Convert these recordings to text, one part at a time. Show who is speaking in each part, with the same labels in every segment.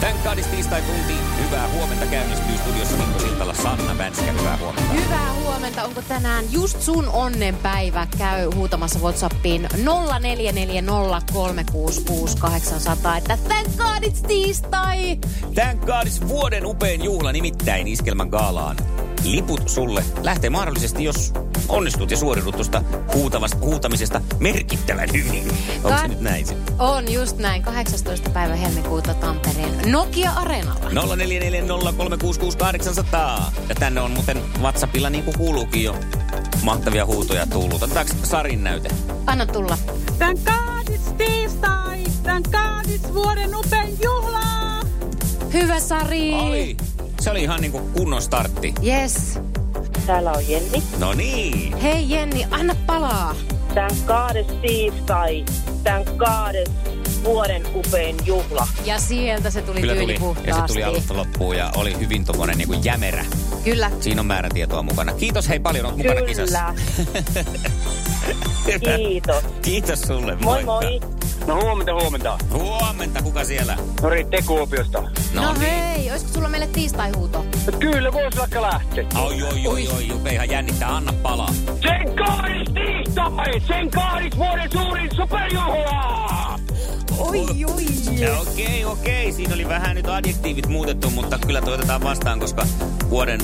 Speaker 1: Tän kaadis tiistai tunti. Hyvää huomenta käynnistyy studiossa Mikko Siltala, Sanna Vänskä. Hyvää huomenta.
Speaker 2: Hyvää huomenta. Onko tänään just sun onnenpäivä? Käy huutamassa Whatsappiin 0440366800, että thank god it's tiistai!
Speaker 1: Tän kaadis vuoden upein juhla nimittäin Iskelmän gaalaan. Liput sulle lähtee mahdollisesti, jos onnistut ja suoriudut tuosta huutavasta, huutamisesta merkittävän hyvin. Onko
Speaker 2: Ka-
Speaker 1: se nyt näin se?
Speaker 2: On just näin, 18. päivä helmikuuta Tampereen Nokia-areenalla.
Speaker 1: 0440366800. Ja tänne on muuten WhatsAppilla niin kuin kuuluukin jo mahtavia huutoja tullut. Otetaanko Sarin näyte?
Speaker 2: Anna tulla.
Speaker 3: Tän kaadits tiistai! Tän kaadits vuoden upein juhlaa!
Speaker 2: Hyvä Sari!
Speaker 1: Oli! Se oli ihan niin kuin kunnon startti.
Speaker 2: Yes.
Speaker 4: Täällä on Jenni.
Speaker 1: No niin.
Speaker 2: Hei Jenni, anna palaa.
Speaker 4: Tän kahdes tiistai, tän kahdes vuoden upein juhla.
Speaker 2: Ja sieltä se tuli
Speaker 1: Kyllä
Speaker 2: tyyli
Speaker 1: tuli. Ja se
Speaker 2: puhtaasti.
Speaker 1: tuli alusta loppuun ja oli hyvin tommonen niinku jämerä.
Speaker 2: Kyllä.
Speaker 1: Siinä on määrätietoa mukana. Kiitos hei paljon, oot mukana kisassa.
Speaker 4: Kyllä, kiitos.
Speaker 1: Kiitos sulle,
Speaker 4: Moi
Speaker 1: moikka.
Speaker 4: moi.
Speaker 5: No huomenta, huomenta.
Speaker 1: Huomenta, kuka siellä?
Speaker 5: Nori te Kuopiosta.
Speaker 2: No,
Speaker 1: niin.
Speaker 2: hei, olisiko sulla meille tiistai-huuto?
Speaker 5: No Kyllä, vois vaikka lähteä.
Speaker 1: Oi, oi, oi, oi, Jupe, ihan jännittää, anna palaa.
Speaker 5: Sen kaadis tiistai! Sen kaadis vuoden suurin superjuhlaa!
Speaker 2: Oi, oi.
Speaker 1: Ja Okei, okei, siinä oli vähän nyt adjektiivit muutettu, mutta kyllä toitetaan vastaan, koska vuoden,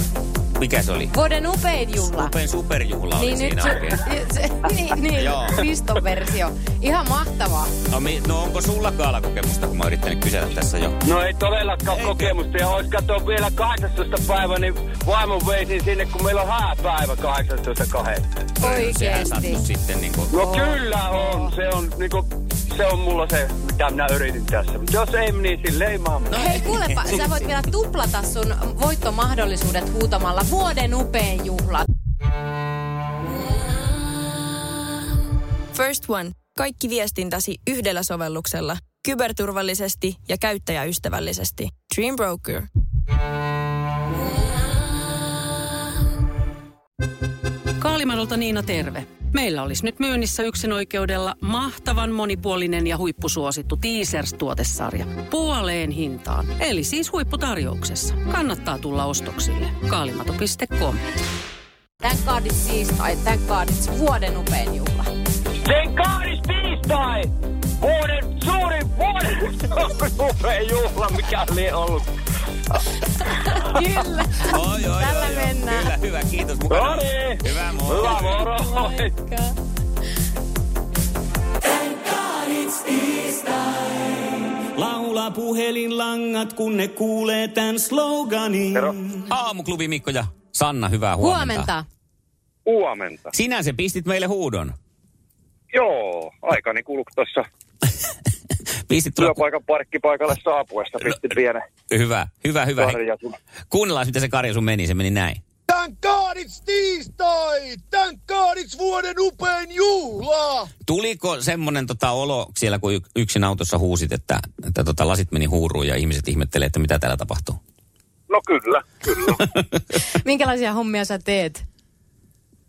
Speaker 1: mikä se oli?
Speaker 2: Vuoden upein juhla.
Speaker 1: Upein superjuhla oli
Speaker 2: Niin nyt
Speaker 1: siinä oikein.
Speaker 2: se, se, niin, niin
Speaker 1: Joo.
Speaker 2: Kriston versio. Ihan mahtavaa.
Speaker 1: No, mi- no onko sulla kaalakokemusta, kun mä oon yrittänyt kysellä tässä jo?
Speaker 5: No ei todellakaan
Speaker 1: Eikö?
Speaker 5: kokemusta. Ja ois katsoa vielä 18. päivä, niin vaimon veisin sinne, kun meillä on hääpäivä 18.2.
Speaker 1: Sehän
Speaker 2: Oikeesti.
Speaker 1: sattui sitten niinku...
Speaker 5: No
Speaker 2: Oo.
Speaker 5: kyllä on. Se on niinku... Se on mulla se, mitä minä yritin tässä. Mutta jos ei, niin silleen ei maailma.
Speaker 1: No
Speaker 2: Hei kuulepa, sä voit vielä tuplata sun voittomahdollisuudet huutamalla vuoden upein juhla.
Speaker 6: First One. Kaikki viestintäsi yhdellä sovelluksella. Kyberturvallisesti ja käyttäjäystävällisesti. Dream Broker.
Speaker 7: Kaalimadolta Niina terve. Meillä olisi nyt myynnissä yksin oikeudella mahtavan monipuolinen ja huippusuosittu Teasers-tuotesarja. Puoleen hintaan, eli siis huipputarjouksessa. Kannattaa tulla ostoksille. Kaalimato.com
Speaker 2: Tän kaadit siis, tai tän kaadit vuoden upein juhla.
Speaker 5: Sen kaadis tiistai! Vuoden suurin vuoden suurin upea juhla, mikä oli ollut.
Speaker 2: Kyllä.
Speaker 1: Oi, oi,
Speaker 2: Tällä
Speaker 1: oi, oi.
Speaker 2: mennään.
Speaker 1: Kyllä, hyvä, kiitos mukana.
Speaker 5: No niin.
Speaker 1: Hyvä moi.
Speaker 5: Hyvä moro.
Speaker 8: Laula puhelinlangat, kun ne kuulee tämän sloganin.
Speaker 1: Aamuklubi Mikko ja Sanna, hyvää huomenta.
Speaker 2: Huomenta.
Speaker 5: Huomenta.
Speaker 1: Sinä se pistit meille huudon.
Speaker 5: Joo, aikani kulki tuossa
Speaker 1: Pistit tulla...
Speaker 5: työpaikan parkkipaikalle saapuessa. Pistin pienen
Speaker 1: Hyvä, hyvä, hyvä. Hei,
Speaker 5: karjatun.
Speaker 1: Kuunnellaan, miten se karja sun meni. Se meni näin.
Speaker 9: Tän kaadits tiistai! Tän kaadits vuoden upein juhla!
Speaker 1: Tuliko semmoinen tota olo siellä, kun y- yksin autossa huusit, että, että tota lasit meni huuruun ja ihmiset ihmettelee, että mitä täällä tapahtuu?
Speaker 5: No kyllä, kyllä.
Speaker 2: Minkälaisia hommia sä teet?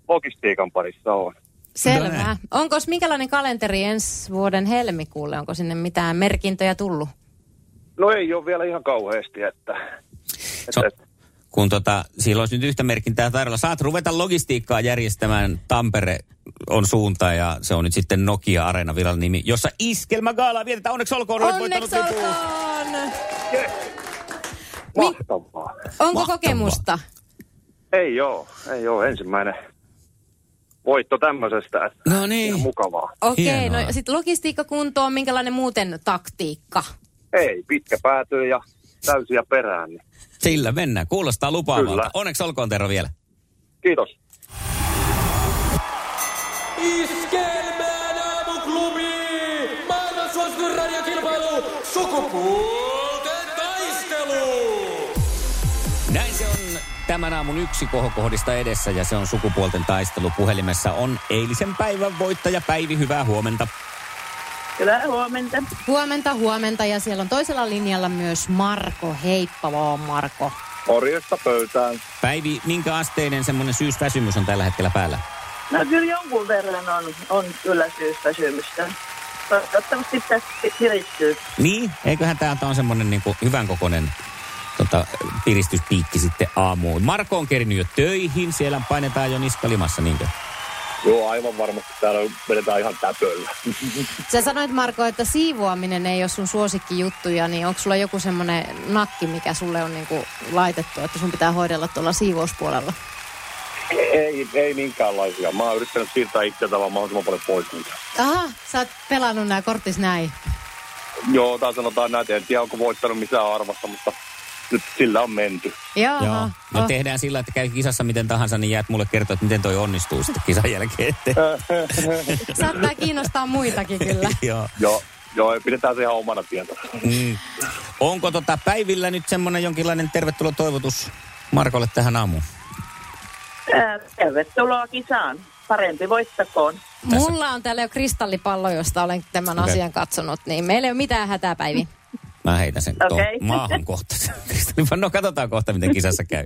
Speaker 5: Logistiikan parissa on.
Speaker 1: No
Speaker 2: Selvä.
Speaker 1: näin.
Speaker 2: Onko minkälainen kalenteri ensi vuoden helmikuulle? Onko sinne mitään merkintöjä tullut?
Speaker 5: No ei ole vielä ihan kauheasti, että...
Speaker 1: Se on- kun tota, siellä olisi nyt yhtä merkintää tarjolla. Saat ruveta logistiikkaa järjestämään. Tampere on suunta ja se on nyt sitten Nokia Areena virallinen nimi, jossa iskelmä gaalaa vietetään. Onneksi olkoon, olet voittanut
Speaker 2: Onneksi
Speaker 1: lipun.
Speaker 2: olkoon!
Speaker 5: Mahtavaa.
Speaker 2: Onko
Speaker 1: Mahtavaa.
Speaker 2: kokemusta?
Speaker 5: Ei oo, ei oo ensimmäinen voitto tämmöisestä. että
Speaker 1: No niin.
Speaker 5: ihan Mukavaa.
Speaker 2: Okei,
Speaker 1: Hienoa.
Speaker 2: no sitten logistiikka kuntoon, minkälainen muuten taktiikka?
Speaker 5: Ei, pitkä päätyy ja täysiä perään. Niin.
Speaker 1: Sillä mennään. Kuulostaa lupaavalta.
Speaker 5: Kyllä.
Speaker 1: Onneksi olkoon Tero vielä.
Speaker 5: Kiitos.
Speaker 9: Iskelmään aamuklubi! Maailman suosituin radiokilpailu! Sukupuolten taistelu!
Speaker 1: Näin se on tämän aamun yksi kohokohdista edessä ja se on sukupuolten taistelu. Puhelimessa on eilisen päivän voittaja Päivi. Hyvää huomenta.
Speaker 4: Hyvää huomenta.
Speaker 2: Huomenta, huomenta ja siellä on toisella linjalla myös Marko. Heippa vaan Marko.
Speaker 9: Orjesta pöytään.
Speaker 1: Päivi, minkä asteinen semmoinen syysväsymys on tällä hetkellä päällä?
Speaker 4: No kyllä jonkun verran on, on kyllä syysväsymystä. Toivottavasti tästä kiristyy.
Speaker 1: Niin, eiköhän täältä on semmoinen niin hyvän kokoinen tota, piristyspiikki sitten aamuun. Marko on kerinyt jo töihin, siellä painetaan jo niskalimassa, niinkö?
Speaker 9: Joo, aivan varmasti täällä vedetään ihan täpöllä.
Speaker 2: Sä sanoit Marko, että siivoaminen ei ole sun suosikkijuttuja, niin onko sulla joku semmoinen nakki, mikä sulle on niinku laitettu, että sun pitää hoidella tuolla siivouspuolella?
Speaker 9: ei, ei minkäänlaisia. Mä oon yrittänyt siirtää itseltä vaan mahdollisimman paljon pois niitä.
Speaker 2: Aha, sä oot pelannut nämä korttis näin.
Speaker 9: Joo, tai sanotaan näin, en tiedä onko voittanut missään arvassa, mutta nyt sillä on menty.
Speaker 2: Joo. Oh,
Speaker 1: Joo. No tehdään sillä, että käy kisassa miten tahansa, niin jäät mulle kertoa, että miten toi onnistuu sitten kisan jälkeen.
Speaker 2: Saattaa kiinnostaa muitakin kyllä.
Speaker 1: Joo.
Speaker 9: Joo, joo, ja pidetään se ihan omana tietona.
Speaker 1: Mm. Onko tota päivillä nyt semmoinen jonkinlainen tervetuloa toivotus Markolle tähän aamuun?
Speaker 4: Ää, Tervetuloa kisaan. Parempi voittakoon.
Speaker 1: Tässä-
Speaker 2: Mulla on täällä jo kristallipallo, josta olen tämän
Speaker 1: Okei.
Speaker 2: asian katsonut, niin meillä ei ole mitään hätää, Päivi.
Speaker 1: Mä heitän sen okay.
Speaker 4: Okei.
Speaker 1: maahan kohta. no katsotaan kohta, miten kisassa käy.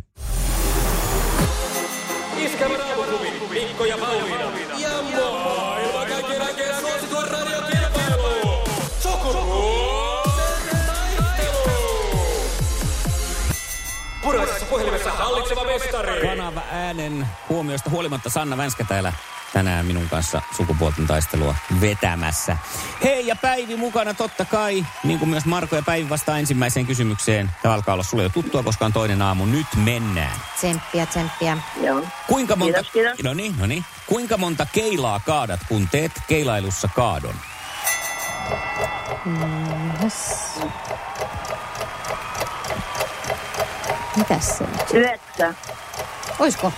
Speaker 1: Kanava äänen huomioista huolimatta Sanna Vänskä täällä tänään minun kanssa sukupuolten taistelua vetämässä. Hei ja Päivi mukana totta kai, niin kuin myös Marko ja Päivi vastaa ensimmäiseen kysymykseen. Tämä alkaa olla sulle jo tuttua, koska on toinen aamu. Nyt mennään.
Speaker 2: Tsemppiä, tsemppiä.
Speaker 4: Joo.
Speaker 1: Kuinka monta...
Speaker 4: Kiitos, kiitos.
Speaker 1: No niin, no niin. Kuinka monta keilaa kaadat, kun teet keilailussa kaadon?
Speaker 2: Yes. Mitäs se nyt?
Speaker 4: Yhdeksän.
Speaker 2: Oisko?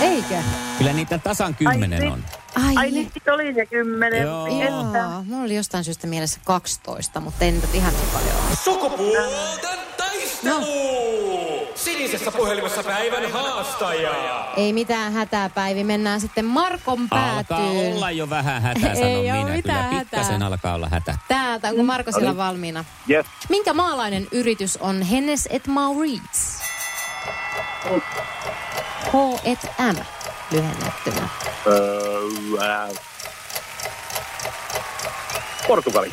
Speaker 2: Eikö?
Speaker 1: Kyllä niitä tasan kymmenen
Speaker 4: Ai,
Speaker 1: on.
Speaker 2: Ai,
Speaker 4: Ai
Speaker 2: Ai
Speaker 4: niin, sit oli se kymmenen.
Speaker 1: Joo.
Speaker 4: Että-
Speaker 2: Joo, mulla oli jostain syystä mielessä 12, mutta ei nyt ihan niin paljon ole. No.
Speaker 10: Sukupuolten taistelu! Sinisessä puhelimessa päivän haastaja.
Speaker 2: Ei mitään hätää, Päivi. Mennään sitten Markon
Speaker 1: Alkaa
Speaker 2: päätyyn.
Speaker 1: olla jo vähän hätää,
Speaker 2: Ei
Speaker 1: sanon
Speaker 2: oo
Speaker 1: minä. Kyllä
Speaker 2: mitään
Speaker 1: pikkasen
Speaker 2: hätää.
Speaker 1: alkaa olla hätä.
Speaker 2: Täältä, onko Marko siellä valmiina?
Speaker 9: Yes.
Speaker 2: Minkä maalainen yritys on Hennes et Maurits? H et M lyhennettynä.
Speaker 9: Öö, ää, Portugali.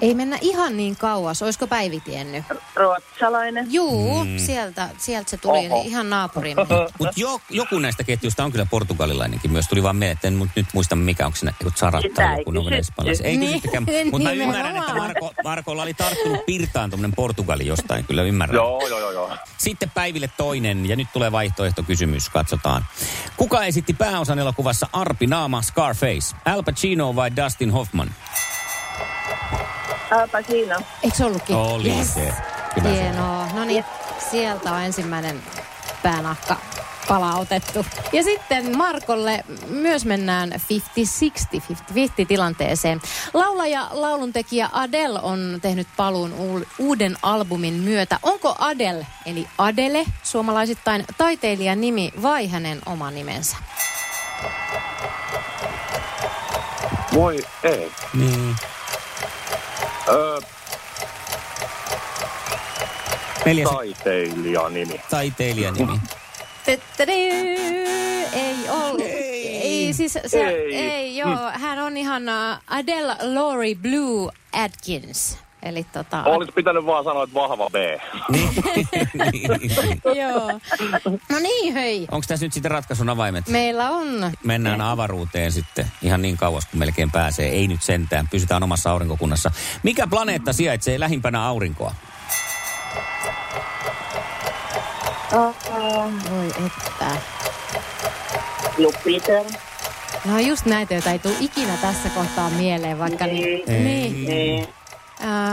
Speaker 2: Ei mennä ihan niin kauas. Oisko Päivi tiennyt?
Speaker 4: Ruotsalainen.
Speaker 2: Juu,
Speaker 1: Mm.
Speaker 2: sieltä, sieltä se tuli
Speaker 9: Oho.
Speaker 2: ihan naapurimme.
Speaker 1: Mutta jo, joku näistä ketjuista on kyllä portugalilainenkin myös. Tuli vaan mieleen, että en mut nyt muista mikä, onko siinä joku Zaratta
Speaker 4: Sitä
Speaker 1: tai
Speaker 4: ei
Speaker 1: joku no,
Speaker 4: kysytty.
Speaker 1: espanjalainen. Ei
Speaker 2: Niin,
Speaker 1: kysyttykään, mutta mä ymmärrän, että
Speaker 2: nimenomaan.
Speaker 1: Marko, Markolla oli tarttunut pirtaan tuommoinen Portugali jostain, kyllä ymmärrän.
Speaker 9: Joo, joo, joo, joo.
Speaker 1: Sitten Päiville toinen, ja nyt tulee vaihtoehtokysymys, katsotaan. Kuka esitti pääosan elokuvassa Arpi Naama Scarface? Al Pacino vai Dustin Hoffman?
Speaker 4: Alpa siinä.
Speaker 2: Eikö se ollutkin?
Speaker 1: Oli
Speaker 2: yes.
Speaker 1: se. Kyllä se
Speaker 2: Hienoa. No niin, sieltä on ensimmäinen päänahka palautettu. Ja sitten Markolle myös mennään 50-60, 50-50 tilanteeseen. Laulaja, lauluntekijä Adele on tehnyt paluun uul- uuden albumin myötä. Onko Adele, eli Adele, suomalaisittain taiteilijan nimi vai hänen oma nimensä?
Speaker 9: Voi ei.
Speaker 1: Niin.
Speaker 9: Öö,
Speaker 1: Neljä se-
Speaker 9: taiteilija nimi.
Speaker 1: taiteilijan nimi.
Speaker 2: Tetteri, Ei ollut. Ei, siis se,
Speaker 9: Ei.
Speaker 2: ei. Mm. ei joo. Hän on ihan uh, Adele Laurie Blue Atkins. Eli tota...
Speaker 9: Olis pitänyt vaan sanoa, että vahva B.
Speaker 2: Joo. No niin, hei.
Speaker 1: Onko tässä nyt sitten ratkaisun avaimet?
Speaker 2: Meillä on.
Speaker 1: Mennään avaruuteen sitten ihan niin kauas kuin melkein pääsee. Ei nyt sentään, pysytään omassa aurinkokunnassa. Mikä planeetta sijaitsee lähimpänä aurinkoa?
Speaker 2: Voi että.
Speaker 4: Jupiter.
Speaker 2: No just näitä, joita ei tule ikinä tässä kohtaa mieleen, vaikka... Niin.
Speaker 1: Ei.
Speaker 2: niin.
Speaker 4: Niin.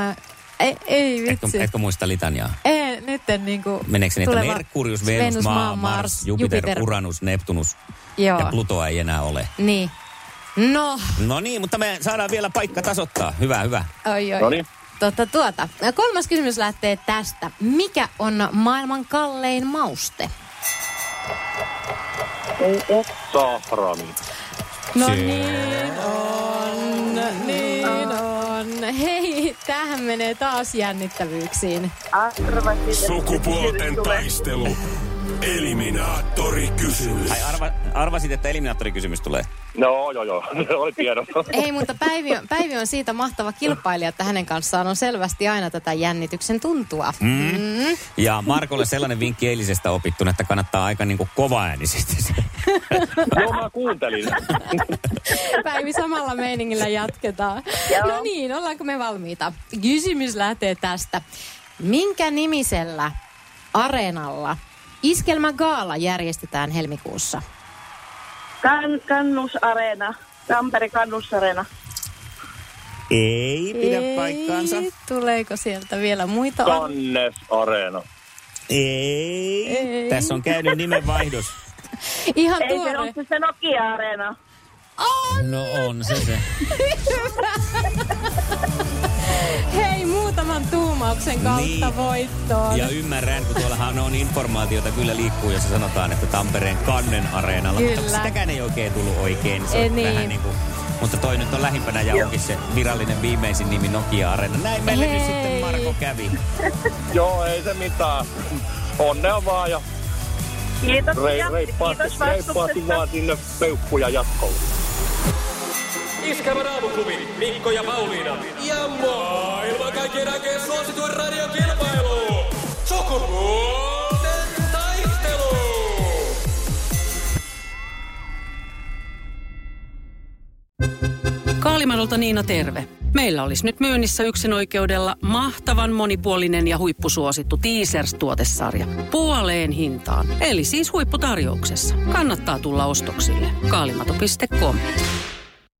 Speaker 2: Äh, ei, ei
Speaker 1: Etkö,
Speaker 2: vitsi.
Speaker 1: etkö muista litaniaa?
Speaker 2: Ei, nyt en niinku...
Speaker 1: Meneekö se niin, että
Speaker 2: tuleva-
Speaker 1: Merkurius, Venus, Venus Maa, Mars, Jupiter, Jupiter, Uranus, Neptunus
Speaker 2: Joo.
Speaker 1: ja Plutoa ei enää ole.
Speaker 2: Niin. No,
Speaker 1: No niin, mutta me saadaan vielä paikka tasoittaa. Hyvä, hyvä.
Speaker 2: oi oi.
Speaker 9: No niin.
Speaker 2: tuota, tuota. Kolmas kysymys lähtee tästä. Mikä on maailman kallein mauste?
Speaker 9: Sahrami.
Speaker 2: No niin on, niin on. Hei, tähän menee taas jännittävyyksiin.
Speaker 11: Sukupuolten taistelu. Eliminaattori kysymys.
Speaker 1: Ai arva, arvasit, että eliminaattorikysymys tulee.
Speaker 9: No, joo, joo. Se oli tiedossa.
Speaker 2: Ei, mutta Päivi on, Päivi on siitä mahtava kilpailija, että hänen kanssaan on selvästi aina tätä jännityksen tuntua. Mm.
Speaker 1: Ja Markolle sellainen vinkki eilisestä opittuna, että kannattaa aika niin kuin kovaäänisesti.
Speaker 9: Joo, mä kuuntelin.
Speaker 2: Päivi, samalla meiningillä jatketaan. No niin, ollaanko me valmiita? Kysymys lähtee tästä. Minkä nimisellä areenalla Iskelmä Gaala järjestetään helmikuussa?
Speaker 4: Kan, kannusareena. Tampere kannusareena.
Speaker 1: Ei pidä paikkaansa.
Speaker 2: Ei, tuleeko sieltä vielä muita? an-
Speaker 9: Kannes Areena.
Speaker 1: Ei.
Speaker 2: Ei.
Speaker 1: Tässä on käynyt nimenvaihdos.
Speaker 2: Ihan
Speaker 4: Ei se,
Speaker 2: tuore.
Speaker 4: onko se Nokia-areena?
Speaker 1: No on se se.
Speaker 2: Hei, muutaman tuumauksen kautta
Speaker 1: Niin.
Speaker 2: voittoon.
Speaker 1: Ja ymmärrän, kun tuollahan on informaatiota kyllä liikkuu, jossa sanotaan, että Tampereen kannen areenalla. Mutta
Speaker 2: Kyllä.
Speaker 1: sitäkään ei oikein tullut oikein. Se
Speaker 2: Ei
Speaker 1: on
Speaker 2: niin.
Speaker 1: vähän niin kuin, mutta toi nyt on lähimpänä ja onkin se virallinen viimeisin nimi Nokia Areena. Näin meille nyt sitten
Speaker 2: Hei.
Speaker 1: Marko kävi.
Speaker 9: Joo, ei se mitään. Onnea vaan ja
Speaker 4: Kiitos.
Speaker 9: rei,
Speaker 4: ja
Speaker 9: reippaasti,
Speaker 4: kiitos
Speaker 9: reippaasti
Speaker 4: vastuksesta.
Speaker 9: vaan sinne peukkuja jatkolle.
Speaker 5: Iskävä raamuklubi, Mikko ja Pauliina. Ja maailman kaikkien aikeen suosituen radiokilpailu. Sukupuolten taistelu.
Speaker 7: Kaalimadolta Niina terve. Meillä olisi nyt myynnissä yksinoikeudella mahtavan monipuolinen ja huippusuosittu Teasers-tuotesarja. Puoleen hintaan, eli siis huipputarjouksessa. Kannattaa tulla ostoksille. Kaalimato.com